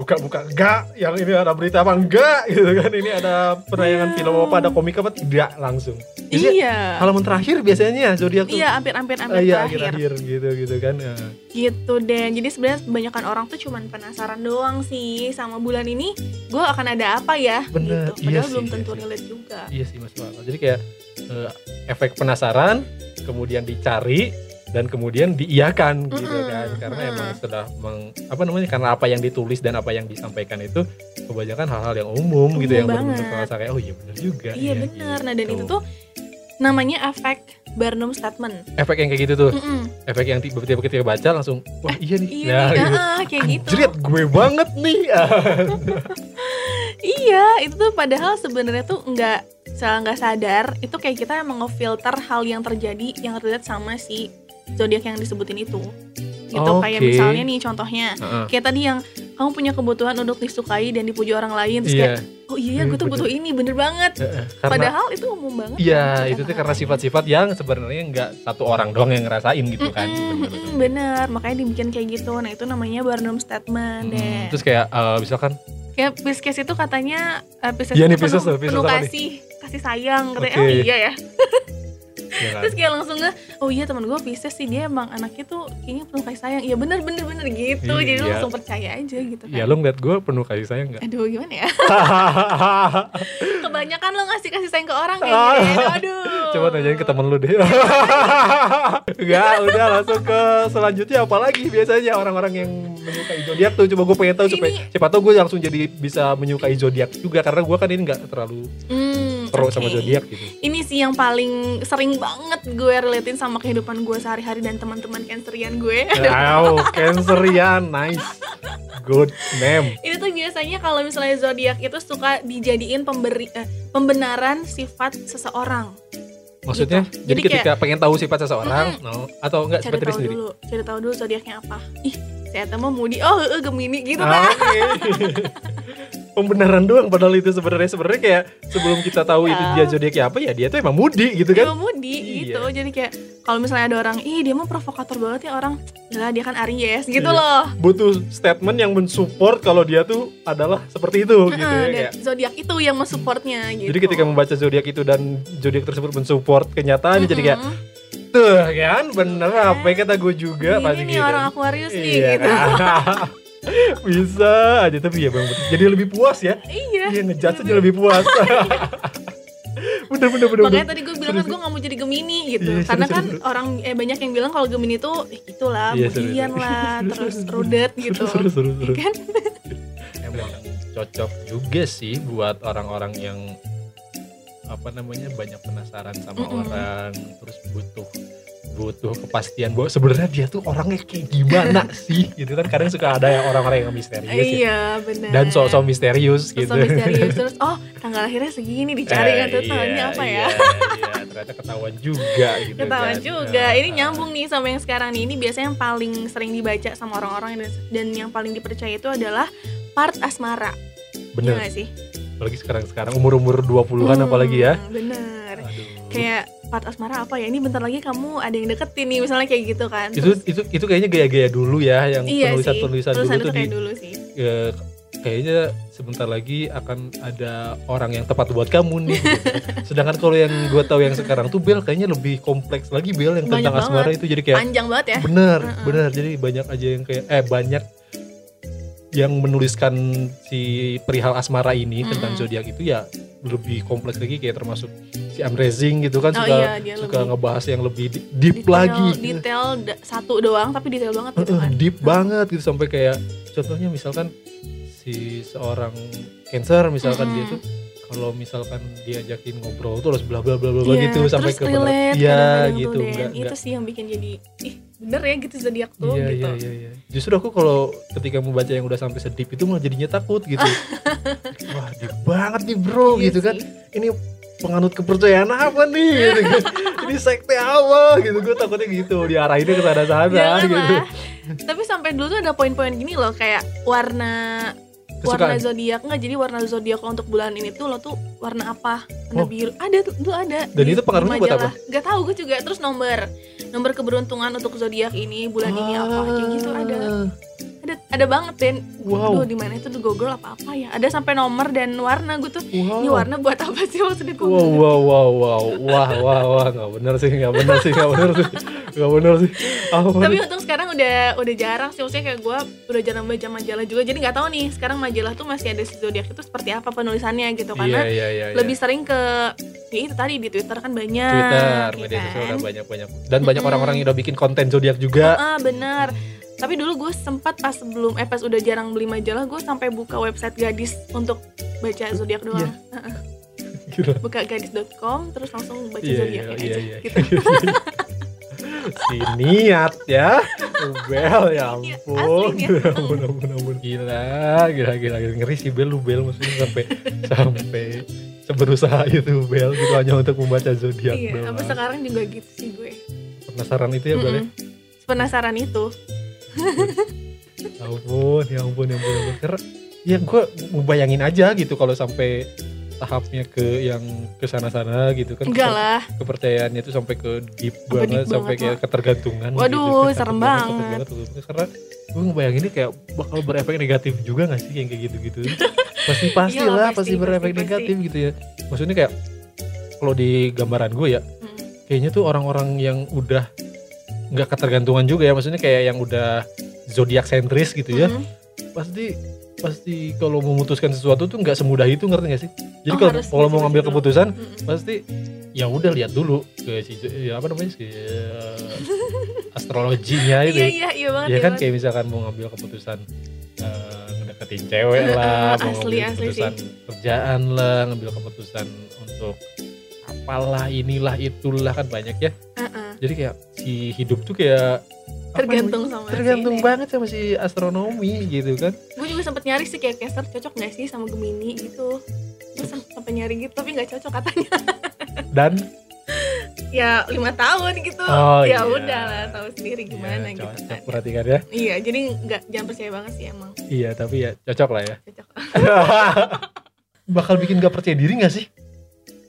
S1: buka buka enggak yang ini ada berita apa enggak gitu kan ini ada penayangan
S2: Iya.
S1: film apa ada komik apa tidak langsung. Biasanya
S2: iya
S1: halaman terakhir biasanya zodiak tuh.
S2: iya hampir hampir
S1: Ah,
S2: hampir
S1: iya akhir
S2: terakhir
S1: akhir gitu gitu kan. ya.
S2: gitu deh jadi sebenarnya kebanyakan orang tuh cuman penasaran doang sih sama bulan ini gue akan ada apa ya
S1: Bener,
S2: gitu
S1: iya
S2: padahal
S1: sih,
S2: belum
S1: iya
S2: tentu
S1: sih.
S2: relate juga
S1: Iya sih mas Wala. Jadi kayak eh, efek penasaran kemudian dicari dan kemudian diiakan gitu
S2: Mm-mm,
S1: kan karena
S2: mm-mm.
S1: emang sudah meng, apa namanya karena apa yang ditulis dan apa yang disampaikan itu kebanyakan hal-hal yang umum, gitu
S2: Umum
S1: yang benar-benar
S2: banget.
S1: terasa kayak oh iya benar juga ya,
S2: iya bener nah dan
S1: gitu.
S2: itu tuh namanya efek Barnum Statement
S1: efek yang kayak gitu tuh
S2: Mm-mm.
S1: efek yang tiba-tiba ketika baca langsung wah iya nih
S2: iya
S1: Nah,
S2: nih,
S1: gitu.
S2: ah, kayak gitu
S1: Anjrit, gue banget nih Ah.
S2: Iya, itu tuh padahal sebenarnya tuh nggak salah nggak sadar itu kayak kita emang ngefilter hal yang terjadi yang relate sama si zodiak yang disebutin itu. Gitu kayak
S1: Oke.
S2: misalnya nih contohnya
S1: Heeh.
S2: kayak tadi yang kamu punya kebutuhan untuk disukai dan dipuji orang lain terus
S1: iya
S2: kayak oh iya ya gue tuh
S1: Bener.
S2: butuh ini bener banget
S1: Heeh, karena
S2: padahal itu umum banget
S1: iya itu tuh karena sifat-sifat yang sebenarnya nggak satu orang doang yang ngerasain gitu kan
S2: Mm-mm,
S1: sebenarnya.
S2: mm-mm, bener makanya dibikin kayak gitu nah itu namanya Barnum statement deh
S1: Hmm, Terus kayak eh, misalkan
S2: kayak Pisces itu katanya eh, Pisces
S1: Iya
S2: itu
S1: nih, Pisces
S2: penuh,
S1: tuh, Pisces
S2: penuh
S1: apa nih?
S2: kasih kasih sayang katanya
S1: Oke. Nah.
S2: oh iya ya
S1: ya kan?
S2: terus kayak langsung nge oh iya teman gue Pisces sih dia emang anaknya tuh kayaknya penuh kasih sayang iya bener bener bener gitu jadi lu
S1: Iya.
S2: langsung percaya aja gitu kan
S1: Ya lu ngeliat gue penuh kasih sayang nggak?
S2: aduh gimana ya kebanyakan lo ngasih kasih sayang ke orang kayak gitu ya aduh
S1: Ah. Coba tanyain ke temen lu deh
S2: Oh.
S1: Enggak, udah langsung ke selanjutnya Apalagi biasanya orang-orang yang menyukai zodiak tuh Coba gue pengen tahu supaya
S2: Ini-
S1: Siapa tahu gue langsung jadi bisa menyukai zodiak juga Karena gue kan ini nggak terlalu
S2: Hmm,
S1: pro sama
S2: oke.
S1: zodiak gitu
S2: ini sih yang paling sering banget gue relatein sama kehidupan gue sehari-hari dan teman-teman cancerian gue
S1: Wow, cancerian, nice Good name
S2: ini tuh biasanya kalau misalnya zodiak itu suka dijadiin pemberi eh, pembenaran sifat seseorang
S1: Maksudnya, jadi,
S2: Gitu. Jadi
S1: ketika pengen tahu sifat seseorang no, Atau enggak sifat
S2: cari
S1: diri
S2: tahu
S1: sendiri
S2: dulu cari tahu dulu zodiaknya apa ih saya temu mudi oh eh, gemini gitu
S1: Ah,
S2: kan
S1: oke. Pembenaran doang padahal itu sebenarnya sebenarnya kayak sebelum kita tahu
S2: Iya.
S1: itu dia zodiaknya apa ya dia tuh emang mudi gitu
S2: dia
S1: kan.
S2: mudi
S1: Iya.
S2: gitu jadi kayak kalau misalnya ada orang ih dia mah provokator banget ya orang lah dia kan Aries gitu
S1: Iya.
S2: loh
S1: Butuh statement yang mensupport kalau dia tuh adalah seperti itu gitu
S2: Heeh,
S1: ya
S2: dan
S1: kayak.
S2: zodiak itu yang mensupportnya gitu
S1: Jadi ketika membaca zodiak itu dan zodiak tersebut mensupport kenyataan jadi kayak
S2: Mm-mm.
S1: tuh kan bener apa yang kata gue juga
S2: Iya, ini
S1: pasti
S2: nih
S1: gitu.
S2: orang Aquarius nih
S1: Iya.
S2: gitu
S1: Bisa aja tapi ya Bang. Jadi lebih puas ya.
S2: iya
S1: Iya ngejudge aja lebih puas. bener bener bener. bener.
S2: makanya tadi gue bilang kan gue gak mau jadi Gemini gitu
S1: Iya, seru,
S2: karena
S1: seru,
S2: kan
S1: seru.
S2: orang eh, banyak yang bilang kalau Gemini tuh eh, gitulah
S1: Iya, seru,
S2: budian
S1: seru.
S2: lah
S1: Seru,
S2: terus
S1: seru, seru.
S2: rudet gitu
S1: Seru, seru, seru.
S2: kan
S1: emang cocok juga sih buat orang-orang yang apa namanya banyak penasaran sama
S2: Mm-mm.
S1: orang terus butuh butuh kepastian bahwa sebenarnya dia tuh orangnya kayak gimana sih gitu kan kadang suka ada yang orang-orang yang misterius ya.
S2: iya benar
S1: dan sosok misterius
S2: Terus
S1: gitu
S2: so misterius terus oh tanggal lahirnya segini dicari kan tuh
S1: Eh,
S2: tanggalnya
S1: iya,
S2: apa ya
S1: iya, iya, ternyata ketahuan juga gitu
S2: ketahuan
S1: kan.
S2: juga
S1: Nah,
S2: ini nyambung nih sama yang sekarang nih ini biasanya yang paling sering dibaca sama orang-orang dan, dan yang paling dipercaya itu adalah part asmara Iya
S1: bener
S2: nggak sih
S1: apalagi sekarang sekarang umur umur 20-an
S2: Hmm,
S1: apalagi ya
S2: bener
S1: Aduh.
S2: kayak part asmara apa ya ini bentar lagi kamu ada yang deketin nih misalnya kayak gitu kan
S1: itu itu itu kayaknya gaya-gaya dulu ya yang
S2: iya
S1: penulisan
S2: sih
S1: penulisan dulu
S2: penulisan itu
S1: tuh di
S2: kayak dulu sih
S1: ya, kayaknya sebentar lagi akan ada orang yang tepat buat kamu nih. gitu. Sedangkan kalau yang gue tahu yang sekarang tuh Bel kayaknya lebih kompleks lagi Bel yang
S2: Banyak
S1: tentang asmara itu jadi kayak
S2: panjang banget ya
S1: bener
S2: Mm-mm.
S1: bener jadi banyak aja yang kayak eh banyak yang menuliskan si perihal asmara ini tentang
S2: Mm-mm.
S1: zodiak itu ya lebih kompleks lagi kayak termasuk si Amrezing gitu kan
S2: oh
S1: suka
S2: iya dia
S1: suka
S2: lebih
S1: ngebahas yang lebih di- deep
S2: detail,
S1: lagi gitu.
S2: detail da- satu doang tapi detail banget gitu
S1: Heeh,
S2: kan
S1: deep banget gitu sampai kayak contohnya misalkan si seorang cancer misalkan
S2: Mm-mm.
S1: dia tuh kalau misalkan diajakin ngobrol tuh harus bla bla bla bla bla
S2: Iya,
S1: gitu sampai
S2: terus
S1: ke bener-
S2: relate
S1: iya
S2: kadang-kadang
S1: gitu
S2: tuh, Den.
S1: enggak
S2: itu
S1: enggak
S2: sih yang bikin jadi ih bener ya gitu zodiak tuh
S1: Iya,
S2: gitu
S1: iya, iya, iya. Justru aku kalau ketika membaca yang udah sampai sedip itu malah jadinya takut gitu. Wah, deep banget nih bro
S2: Iya
S1: gitu kan.
S2: sih.
S1: Ini penganut kepercayaan apa nih? gitu kan. Ini sekte apa gitu. Gue takutnya gitu diarahinnya ke sana-sana
S2: Jangan
S1: gitu.
S2: lah. tapi sampai dulu tuh ada poin-poin gini loh kayak warna
S1: Kesukaan.
S2: warna zodiak nggak jadi warna zodiak lo untuk bulan ini tuh lo tuh warna apa warna
S1: Oh.
S2: biru ada tuh dulu ada
S1: Dan itu pengaruhnya buat apa?
S2: nggak tahu gue juga terus nomor nomor keberuntungan untuk zodiak ini bulan ini apa kayak gitu ada
S1: Ah.
S2: ada ada banget dan
S1: Wow.
S2: Aduh, di mana itu tuh Google apa apa ya ada sampai nomor dan warna gue tuh
S1: Wow.
S2: ini warna buat apa sih maksudnya gue
S1: Wow, wow, wow, wow, wah, wah, wah, nggak benar sih, nggak benar sih, nggak benar sih, nggak benar sih. Apa
S2: tapi
S1: nih?
S2: untung sekarang udah udah jarang sih maksudnya kayak gue udah jarang baca majalah juga jadi nggak tahu nih sekarang majalah tuh masih ada si zodiak itu seperti apa penulisannya gitu
S1: iya,
S2: karena
S1: iya, iya, iya.
S2: lebih sering ke ya itu tadi di twitter kan banyak
S1: Twitter,
S2: ya
S1: media sosial
S2: kan?
S1: udah banyak banyak dan banyak orang-orang yang udah bikin konten zodiak juga.
S2: Ah, benar tapi dulu gue sempat pas sebelum eh pas udah jarang beli majalah gue sampai buka website gadis untuk baca zodiak doang
S1: Iya. Gila.
S2: buka gadis.com terus langsung baca
S1: Iya,
S2: zodiak
S1: iya,
S2: aja
S1: iya, iya.
S2: gitu
S1: Si niat ya, Bel, ya
S2: Iya,
S1: ampun,
S2: asli ya.
S1: ya ampun, ampun, ampun. Gila, gila, gila, gila. ngeri sih Bel, lu Bel maksudnya sampai sampai seberusaha itu Bel gitu hanya untuk membaca zodiak
S2: iya
S1: doang.
S2: sampai sekarang juga gitu sih gue
S1: Penasaran itu ya Bel ya?
S2: Mm-mm. penasaran itu
S1: Ya ampun, ya ampun, ya ampun, ya ampun. Karena ya gue bayangin aja gitu kalau sampai tahapnya ke yang ke sana-sana gitu kan
S2: Enggak lah.
S1: kepercayaannya tuh sampai ke deep
S2: Apa deep
S1: banget sampai
S2: banget,
S1: kayak ketergantungan gitu.
S2: Waduh,
S1: Ketergantungan,
S2: serem banget.
S1: ketergantungan, ketergantungan. karena gue ngebayanginnya kayak bakal berefek negatif juga gak sih yang kayak gitu-gitu pasti pasti
S2: Iyalah,
S1: lah
S2: Iya pasti,
S1: pasti berefek
S2: pasti,
S1: negatif gitu ya maksudnya kayak kalau di gambaran gue ya
S2: Mm.
S1: kayaknya tuh orang-orang yang udah nggak ketergantungan juga ya maksudnya kayak yang udah zodiak sentris gitu ya
S2: Mm.
S1: pasti pasti kalau memutuskan sesuatu tuh nggak semudah itu ngerti gak sih jadi
S2: Oh,
S1: kalau
S2: harus
S1: kalau mau
S2: baca-baca
S1: ngambil
S2: dulu.
S1: keputusan
S2: Mm-mm.
S1: pasti ya udah lihat dulu ke si ya apa namanya si astrologinya
S2: Iya
S1: itu
S2: iya iya banget.
S1: ya
S2: iya
S1: kan
S2: banget.
S1: kayak misalkan mau ngambil keputusan eh, ngedeketin cewek lah mau
S2: Asli,
S1: ngambil
S2: asli
S1: keputusan kerjaan lah ngambil keputusan untuk apalah inilah itulah kan banyak ya
S2: Uh-uh.
S1: jadi kayak si hidup tuh kayak apa
S2: Tergantung
S1: namanya?
S2: sama si
S1: tergantung
S2: ini.
S1: banget sama si astronomi gitu kan
S2: Gue juga sempet nyari sih kayak caster cocok gak sih sama Gemini gitu. Gue sampai nyari gitu tapi nggak cocok katanya.
S1: dan
S2: Ya lima tahun gitu.
S1: Oh, iya.
S2: ya udah lah tahu sendiri gimana
S1: ya,
S2: gitu
S1: cocok
S2: kan.
S1: perhatikan ya
S2: Iya jadi nggak jangan percaya banget sih emang
S1: iya tapi ya cocok lah ya
S2: cocok.
S1: bakal bikin gak percaya diri gak sih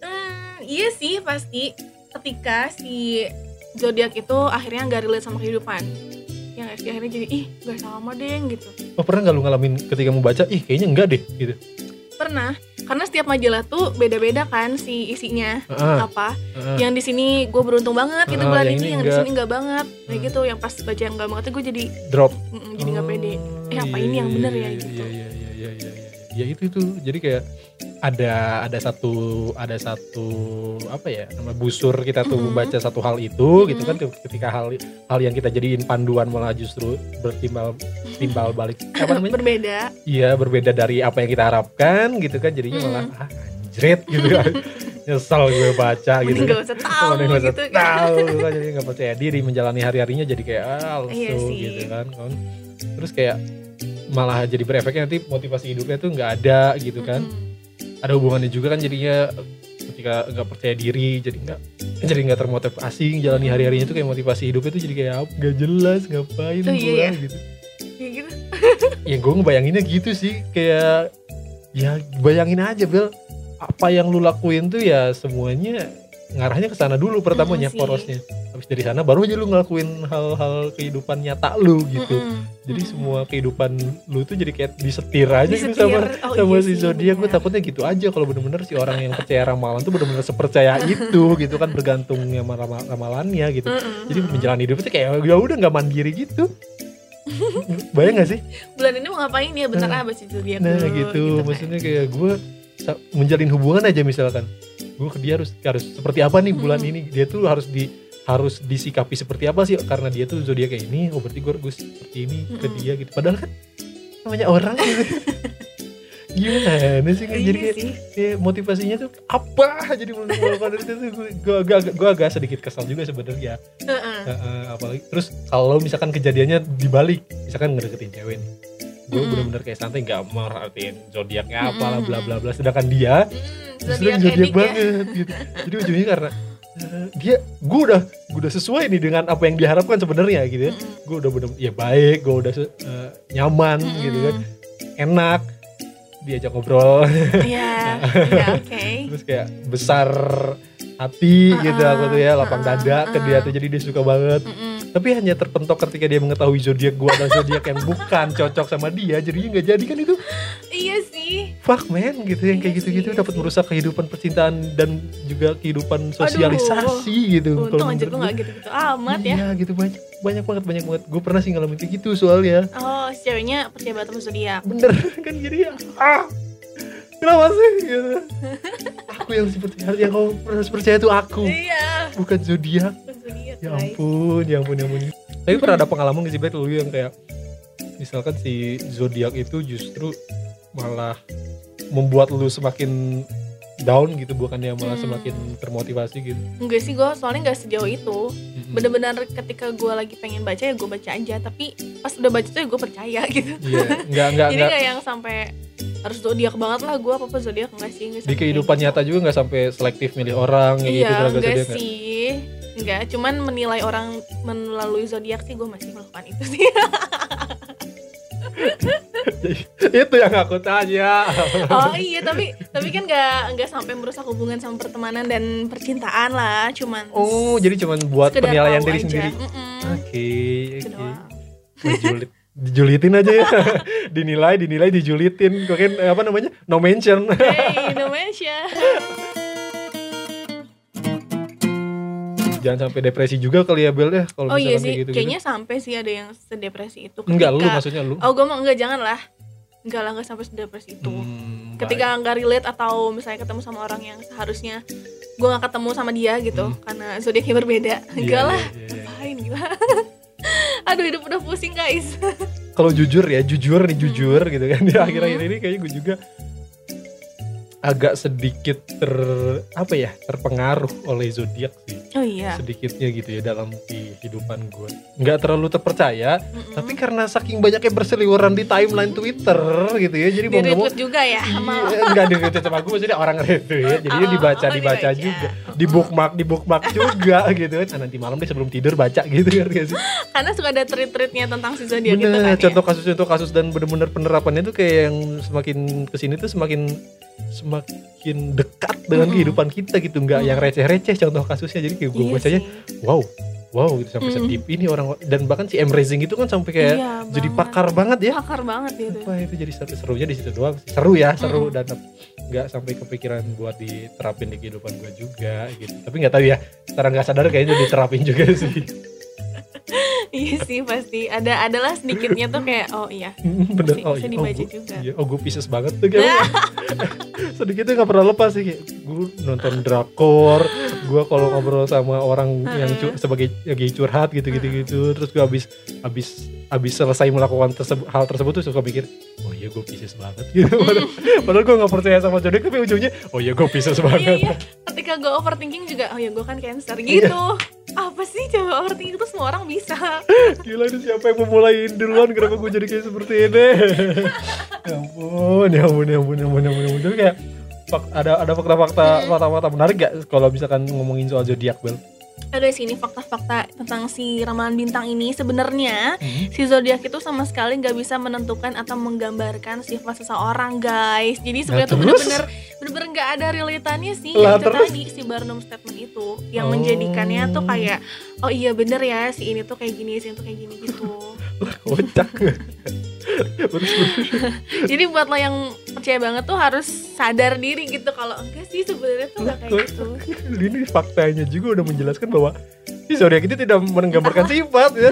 S2: Hmm, iya sih pasti ketika si zodiak itu akhirnya nggak relate sama kehidupan yang akhirnya jadi ih gak sama deng gitu
S1: oh pernah nggak lu ngalamin ketika mau baca ih kayaknya enggak deh gitu
S2: pernah karena setiap majalah tuh beda-beda kan si isinya
S1: Heeh,
S2: apa
S1: heeh.
S2: yang di sini gue beruntung banget
S1: Ah,
S2: gitu bulan
S1: Hmm. yang
S2: ini,
S1: ini
S2: yang di
S1: enggak.
S2: sini nggak banget kayak
S1: Hmm.
S2: gitu yang pas baca yang nggak banget gue jadi
S1: drop
S2: mm, jadi nggak
S1: Oh,
S2: pede Eh, apa
S1: iya,
S2: ini yang
S1: iya,
S2: bener ya,
S1: iya,
S2: gitu.
S1: iya iya iya iya iya iya. ya itu itu jadi kayak ada ada satu ada satu apa ya nama busur kita tuh
S2: Mhm.
S1: baca satu hal itu
S2: Mm-hmm.
S1: gitu kan ketika hal hal yang kita jadiin panduan malah justru bertimbal timbal balik apa namanya
S2: berbeda
S1: Iya berbeda dari apa yang kita harapkan gitu kan jadinya
S2: Mm.
S1: malah ah, anjrit gitu kan nyesel gue baca gitu
S2: mending
S1: kan
S2: gak usah tahu
S1: Mending gak usah
S2: gitu kan
S1: tahu gitu kan. jadi nggak percaya diri menjalani hari harinya jadi kayak ah, lesu
S2: Iya sih.
S1: gitu kan kan terus kayak malah jadi berefeknya nanti motivasi hidupnya tuh nggak ada gitu kan
S2: Mm-mm.
S1: ada hubungannya juga kan jadinya ketika nggak percaya diri jadi nggak jadi nggak termotivasi menjalani hari harinya tuh kayak motivasi hidupnya tuh jadi kayak nggak jelas ngapain
S2: Oh,
S1: gue
S2: iya, iya.
S1: gitu
S2: Kayak gitu
S1: ya gue ngebayanginnya gitu sih kayak ya bayangin aja Bel apa yang lu lakuin tuh ya semuanya ngarahnya ke sana dulu pertamanya
S2: Mm, sih.
S1: porosnya habis dari sana baru aja lu ngelakuin hal-hal kehidupan nyata lu gitu
S2: Mm-mm.
S1: jadi
S2: Mm-mm.
S1: semua kehidupan lu tuh jadi kayak disetir aja gitu
S2: Disetir.
S1: sama
S2: Oh,
S1: sama
S2: iya
S1: si
S2: sih,
S1: zodiak gue
S2: benar.
S1: takutnya gitu aja kalau bener-bener si orang yang percaya ramalan tuh bener-bener sepercaya itu gitu kan bergantungnya sama rama- ramalannya gitu
S2: Mm-mm.
S1: jadi menjalani hidup tuh kayak ya udah nggak mandiri gitu bayang gak sih
S2: bulan ini mau ngapain ya bentar
S1: Nah.
S2: ah baca zodiak
S1: Nah
S2: dulu,
S1: gitu,
S2: kan.
S1: maksudnya kayak gue sa- menjalin hubungan aja misalkan, gue ke dia harus harus seperti apa nih bulan
S2: Hmm.
S1: ini, dia tuh harus di harus disikapi seperti apa sih karena dia tuh zodiak kayak ini, oh berarti gue gue seperti ini ke
S2: Mm-mm.
S1: dia gitu, padahal kan namanya orang gitu. gimana sih kan
S2: Iya
S1: jadi kayak,
S2: sih.
S1: kayak motivasinya tuh apa jadi melakukan itu tuh gue gue agak gue agak sedikit kesal juga sebenarnya
S2: Heeh.
S1: Heeh, apalagi terus kalau misalkan kejadiannya dibalik misalkan ngedeketin cewek nih gue
S2: Mm-mm.
S1: bener-bener kayak santai nggak merhatiin zodiaknya apalah
S2: Mm-mm.
S1: bla bla bla sedangkan dia
S2: Mm,
S1: justru
S2: zodiak
S1: zodiak
S2: edik ya.
S1: banget gitu jadi ujungnya karena eh, dia gue udah gue udah sesuai nih dengan apa yang diharapkan sebenarnya gitu ya
S2: Mm-mm.
S1: gue udah bener ya baik gue udah se- eh, nyaman gitu kan enak diajak ngobrol
S2: Iya, iya, oke.
S1: terus kayak besar hati gitu
S2: Uh-uh,
S1: aku tuh ya lapang
S2: uh-uh,
S1: dada ke dia tuh jadi dia suka banget
S2: Mm-mm.
S1: tapi hanya terpentok ketika dia mengetahui zodiak gua adalah zodiak yang bukan cocok sama dia jadinya nggak jadi kan itu
S2: Iya sih.
S1: fuck man gitu yang kayak
S2: Iya
S1: gitu-gitu
S2: sih,
S1: dapat
S2: iya
S1: merusak kehidupan percintaan dan juga kehidupan sosialisasi gitu
S2: Untung
S1: Kalau
S2: aja
S1: menurut
S2: gue gak gitu-gitu amat ya.
S1: iya gitu banyak banyak banget banyak banget gue pernah sih ngalamin kayak gitu soalnya
S2: Oh, si ceweknya percaya banget sama zodiak.
S1: bener kan jadi ya ah kenapa sih gitu aku yang seperti yang kamu harus percaya itu aku
S2: Iya,
S1: bukan zodiak
S2: zodiak.
S1: Ya
S2: guys.
S1: ampun, ya ampun, ya ampun. Tapi pernah ada pengalaman gak sih Bet lu yang kayak misalkan si zodiak itu justru malah membuat lu semakin down gitu bukannya malah
S2: Hmm.
S1: semakin termotivasi gitu.
S2: Enggak sih gue soalnya nggak sejauh itu. Hmm. Bener-bener ketika gue lagi pengen baca ya gue baca aja. Tapi pas udah baca tuh ya gue percaya gitu.
S1: Iya, enggak enggak
S2: Jadi
S1: enggak
S2: nggak yang sampai harus zodiak banget lah gue apa-apa zodiak enggak sih. nggak
S1: di
S2: sampai
S1: kehidupan
S2: kayak gitu.
S1: nyata juga nggak sampai selektif milih orang kayak
S2: Iya,
S1: gitu tenaga
S2: enggak
S1: zodiak nggak?
S2: sih. Enggak, cuman menilai orang melalui zodiak sih gue masih melakukan itu sih.
S1: itu yang aku tanya
S2: Oh iya, tapi tapi kan nggak nggak sampai merusak hubungan sama pertemanan dan percintaan lah, cuman
S1: oh jadi cuman buat
S2: sekedar
S1: penilaian
S2: tahu
S1: diri
S2: aja.
S1: sendiri Ah,
S2: Mm-mm.
S1: oke
S2: Itu
S1: oke
S2: doang.
S1: Dijulit- dijulitin aja ya dinilai dinilai dijulitin mungkin eh, apa namanya no mention
S2: Hey, Indonesia.
S1: jangan sampai depresi juga kali ya Bel ya kalau
S2: Oh iya
S1: misalkan
S2: sih,
S1: kayak gitu
S2: kayaknya sampai sih ada yang sedepresi itu.
S1: enggak lu
S2: ketika-
S1: maksudnya lu
S2: Oh gue mau enggak jangan lah, enggak lah enggak sampai sedepresi itu.
S1: Hmm,
S2: ketika nggak relate atau misalnya ketemu sama orang yang seharusnya gue nggak ketemu sama dia gitu
S1: Hmm.
S2: karena zodiaknya berbeda
S1: baik. Iya,
S2: enggak lah
S1: iya, iya, iya.
S2: ngapain gila aduh hidup udah pusing guys
S1: kalau jujur ya jujur nih
S2: Hmm.
S1: jujur gitu kan di akhir-akhir ini kayaknya gue juga agak sedikit ter apa ya terpengaruh oleh zodiak sih
S2: oh iya
S1: sedikitnya gitu ya dalam kehidupan gue nggak terlalu terpercaya
S2: Mm-mm.
S1: tapi karena saking banyaknya berseliweran di timeline Twitter gitu ya jadi
S2: di
S1: mau nggak mau
S2: retweet juga ya sama
S1: Iya, enggak di retweet sama gue maksudnya orang retweet jadinya
S2: Oh,
S1: dibaca
S2: oh,
S1: dibaca
S2: dibaca.
S1: juga di bookmark di bookmark juga gitu kan Nah, nanti malam deh sebelum tidur baca gitu kan nggak sih
S2: karena suka ada tweet-tweetnya tentang si zodiak gitu
S1: bener
S2: kan
S1: contoh kasus contoh kasus dan bener-bener penerapannya tuh kayak yang semakin kesini tuh semakin semakin dekat dengan
S2: Mm-mm.
S1: kehidupan kita gitu nggak yang receh-receh contoh kasusnya jadi kayak
S2: ya
S1: gue bacanya wow wow gitu sampai
S2: Mm.
S1: sedip ini orang dan bahkan si M Racing itu kan sampai kayak
S2: Iya,
S1: jadi
S2: banget.
S1: pakar banget ya
S2: pakar banget dia tuh
S1: Wah itu jadi seru serunya di situ doang sih. seru ya seru
S2: gitu. Mm-mm.
S1: dan nggak sampai kepikiran buat diterapin di kehidupan gue juga gitu tapi nggak tahu ya secara nggak sadar kayaknya diterapin juga sih
S2: iya sih pasti ada adalah sedikitnya tuh kayak oh iya
S1: bener
S2: Pasti-
S1: oh
S2: pasti
S1: iya oh,
S2: dibaca
S1: gua-
S2: juga.
S1: iya, oh gue pisces banget tuh kayaknya sedikitnya nggak pernah lepas sih kayak gue nonton drakor gue kalau ngobrol sama orang yang cu- sebagai sebagai curhat gitu gitu gitu terus gue habis habis habis selesai melakukan tersebut, hal tersebut tuh suka mikir oh iya gue pisces banget gitu padahal, padahal gue nggak percaya sama jodoh tapi ujungnya oh iya gue pisces
S2: iya
S1: banget
S2: iya ketika gue overthinking juga oh ya gue kan cancer gitu apa sih coba overthinking itu semua orang bisa
S1: Gila ini siapa yang memulai duluan Kenapa gue jadi kayak seperti ini Ya ampun Ya ampun Ya ampun Ya ampun Ya ampun, ya ampun. Tapi kayak fak- ada ada fakta-fakta fakta-fakta menarik gak kalau misalkan ngomongin soal zodiak bel?
S2: ada sih ini fakta-fakta tentang si ramalan bintang ini sebenarnya si zodiak itu sama sekali nggak bisa menentukan atau menggambarkan sifat seseorang guys jadi sebenarnya tuh
S1: terus?
S2: bener-bener bener-bener nggak ada relatannya sih
S1: Lah,
S2: yang itu
S1: terus?
S2: tadi si Barnum statement itu yang
S1: Oh.
S2: menjadikannya tuh kayak oh iya bener ya si ini tuh kayak gini si ini tuh kayak gini gitu
S1: Lah kocak Terus,
S2: jadi buat lo yang percaya banget tuh harus sadar diri gitu kalau enggak sih sebenarnya tuh nggak kayak gitu
S1: Ini faktanya juga udah menjelaskan bahwa Si zodiak itu tidak menggambarkan sifat ya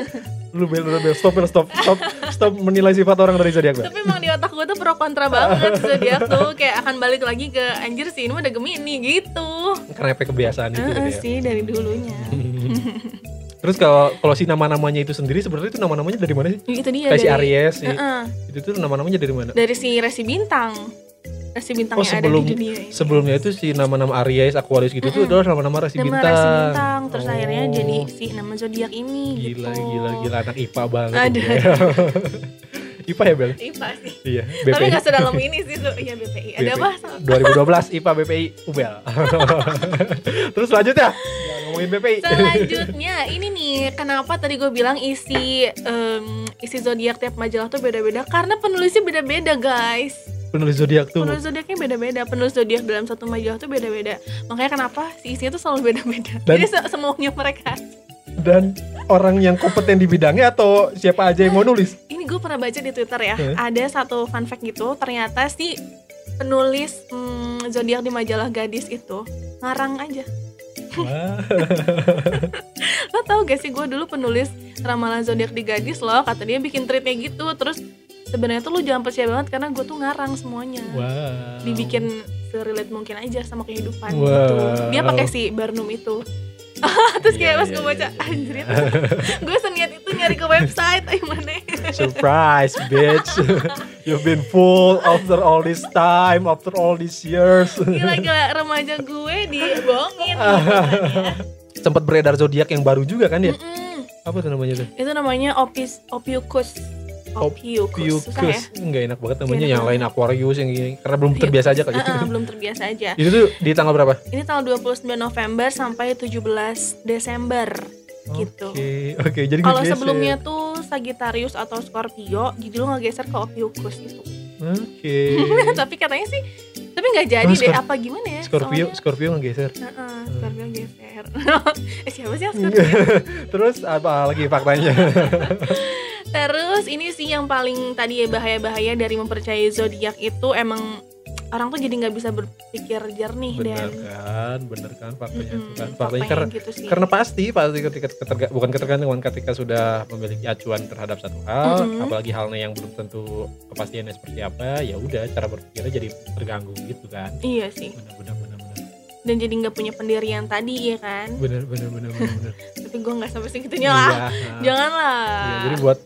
S1: Lu bel, lu bel, stop, bel, stop, stop, stop menilai sifat orang dari zodiak bel.
S2: tapi emang di otak gue tuh pro kontra banget zodiak tuh kayak akan balik lagi ke anjir sih ini mah udah gemini gitu
S1: Karena efek kebiasaan itu
S2: Heeh
S1: gitu Hmm. ya.
S2: sih dari dulunya
S1: Terus kalau kalau si nama-namanya itu sendiri sebenarnya itu nama-namanya dari mana sih?
S2: itu dia
S1: Kayak si
S2: Iya, dari
S1: Aries si-
S2: Heeh,
S1: itu tuh nama-namanya dari mana?
S2: dari si resi bintang resi bintang
S1: Oh,
S2: yang
S1: sebelum-
S2: ada di dunia ini
S1: Sebelumnya itu si nama-nama Aries, Aquarius gitu tuh adalah nama-nama rasi
S2: nama
S1: bintang.
S2: resi bintang terus
S1: Oh.
S2: akhirnya jadi si nama zodiak ini
S1: Gila,
S2: gitu
S1: gila, gila anak IPA banget.
S2: Aduh.
S1: ya. IPA ya Bel?
S2: IPA sih
S1: Iya,
S2: tapi
S1: BPI.
S2: nggak sedalam ini sih Su. iya BPI ada
S1: BPI.
S2: apa sama
S1: 2012 IPA BPI Ubel. Terus selanjutnya ya, ngomongin BPI.
S2: Selanjutnya ini nih kenapa tadi gue bilang isi em, isi zodiak tiap majalah tuh beda-beda karena penulisnya beda-beda guys.
S1: Penulis zodiak tuh.
S2: Penulis zodiaknya beda-beda, penulis zodiak dalam satu majalah tuh beda-beda. Makanya kenapa si isinya tuh selalu beda-beda.
S1: Dan-
S2: Jadi se- semuanya mereka.
S1: Dan orang yang kompeten di bidangnya atau siapa aja yang mau nulis?
S2: Ini gue pernah baca di Twitter ya.
S1: Hah?
S2: Ada satu fun fact gitu, ternyata si penulis mm, zodiak di majalah gadis itu ngarang aja.
S1: Wah.
S2: lo tau gak sih gue dulu penulis ramalan zodiak di gadis loh kata dia bikin tweetnya gitu terus sebenarnya tuh lo jangan percaya banget karena gue tuh ngarang semuanya
S1: Wow.
S2: dibikin serelate mungkin aja sama kehidupan
S1: Wow.
S2: gitu dia pakai si Barnum itu terus
S1: Iya,
S2: kayak pas
S1: iya,
S2: gue baca
S1: iya, iya,
S2: anjir gue seniat itu nyari ke website ayo mana
S1: Surprise, bitch. You've been fooled after all this time, after all these years.
S2: gila-gila remaja gue dibohongin
S1: Sempat beredar zodiak yang baru juga kan ya?
S2: Mm-mm.
S1: Apa tuh namanya tuh?
S2: itu namanya opis opiukus opiukus susah ya
S1: Piukus. Enggak enak banget namanya
S2: Enak
S1: yang lain Aquarius yang ini. Karena belum terbiasa aja kali.
S2: Ah, ah, belum terbiasa aja
S1: Itu tuh di tanggal berapa?
S2: Ini tanggal 29 November sampai 17 Desember gitu.
S1: Oke, oke. Jadi gue
S2: Kalau
S1: geser.
S2: sebelumnya tuh 1 Sagittarius atau Scorpio jadi lu ngegeser ke Ophiuchus itu
S1: Oke.
S2: tapi katanya sih tapi nggak
S1: Oh,
S2: jadi deh
S1: Scor-
S2: apa gimana ya
S1: Scorpio,
S2: soalnya-
S1: Scorpio ngegeser.
S2: Heeh, Scorpio geser eh, siapa sih yang
S1: Iya.
S2: Scorpio
S1: Terus apa lagi faktanya?
S2: terus ini sih yang paling tadi ya bahaya-bahaya dari mempercayai zodiak itu emang orang tuh jadi nggak bisa berpikir jernih
S1: bener
S2: dan
S1: kan, bener kan faktanya.
S2: Iya. Mm-mm,
S1: Kan, faktanya
S2: faktanya
S1: karena,
S2: gitu sih.
S1: karena pasti pasti ketika keterga- bukan ketergantungan ketika sudah memiliki acuan terhadap satu hal,
S2: Mm-mm.
S1: apalagi halnya yang belum tentu kepastiannya seperti apa, ya udah cara berpikirnya jadi terganggu gitu kan.
S2: iya sih
S1: Bener bener bener bener
S2: dan jadi nggak punya pendirian tadi ya kan
S1: bener bener bener bener. bener.
S2: tapi gue nggak sampai segitunya lah
S1: Iya.
S2: janganlah
S1: Iya, jadi buat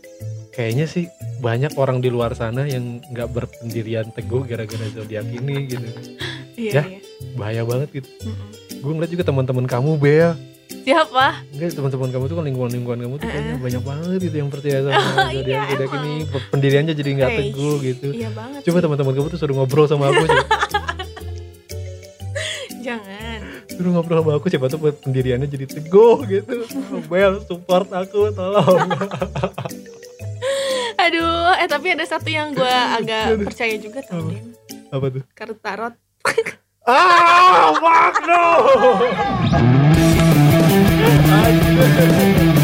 S1: kayaknya sih banyak orang di luar sana yang nggak berpendirian teguh gara-gara zodiak ini gitu.
S2: Iya,
S1: Ya.
S2: iya.
S1: Bahaya banget gitu.
S2: Mm-mm. ah?
S1: Gue ngeliat juga teman-teman kamu Bel.
S2: siapa
S1: Enggak teman-teman kamu tuh kan lingkungan-lingkungan kamu tuh kayaknya banyak banget gitu yang percaya sama
S2: Eh, iya,
S1: zodiak zodiak
S2: emang.
S1: ini pendiriannya jadi nggak
S2: Eish,
S1: teguh gitu.
S2: iya banget
S1: Coba
S2: sih.
S1: teman-teman kamu tuh suruh ngobrol sama aku, siapa-
S2: jangan
S1: suruh ngobrol sama aku siapa tuh pendiriannya jadi teguh gitu. Bel support aku tolong.
S2: aduh eh tapi ada satu yang gue agak percaya juga tau
S1: Apa?
S2: Den
S1: Apa tuh?
S2: kartu tarot
S1: Ah, fuck no. Anjir.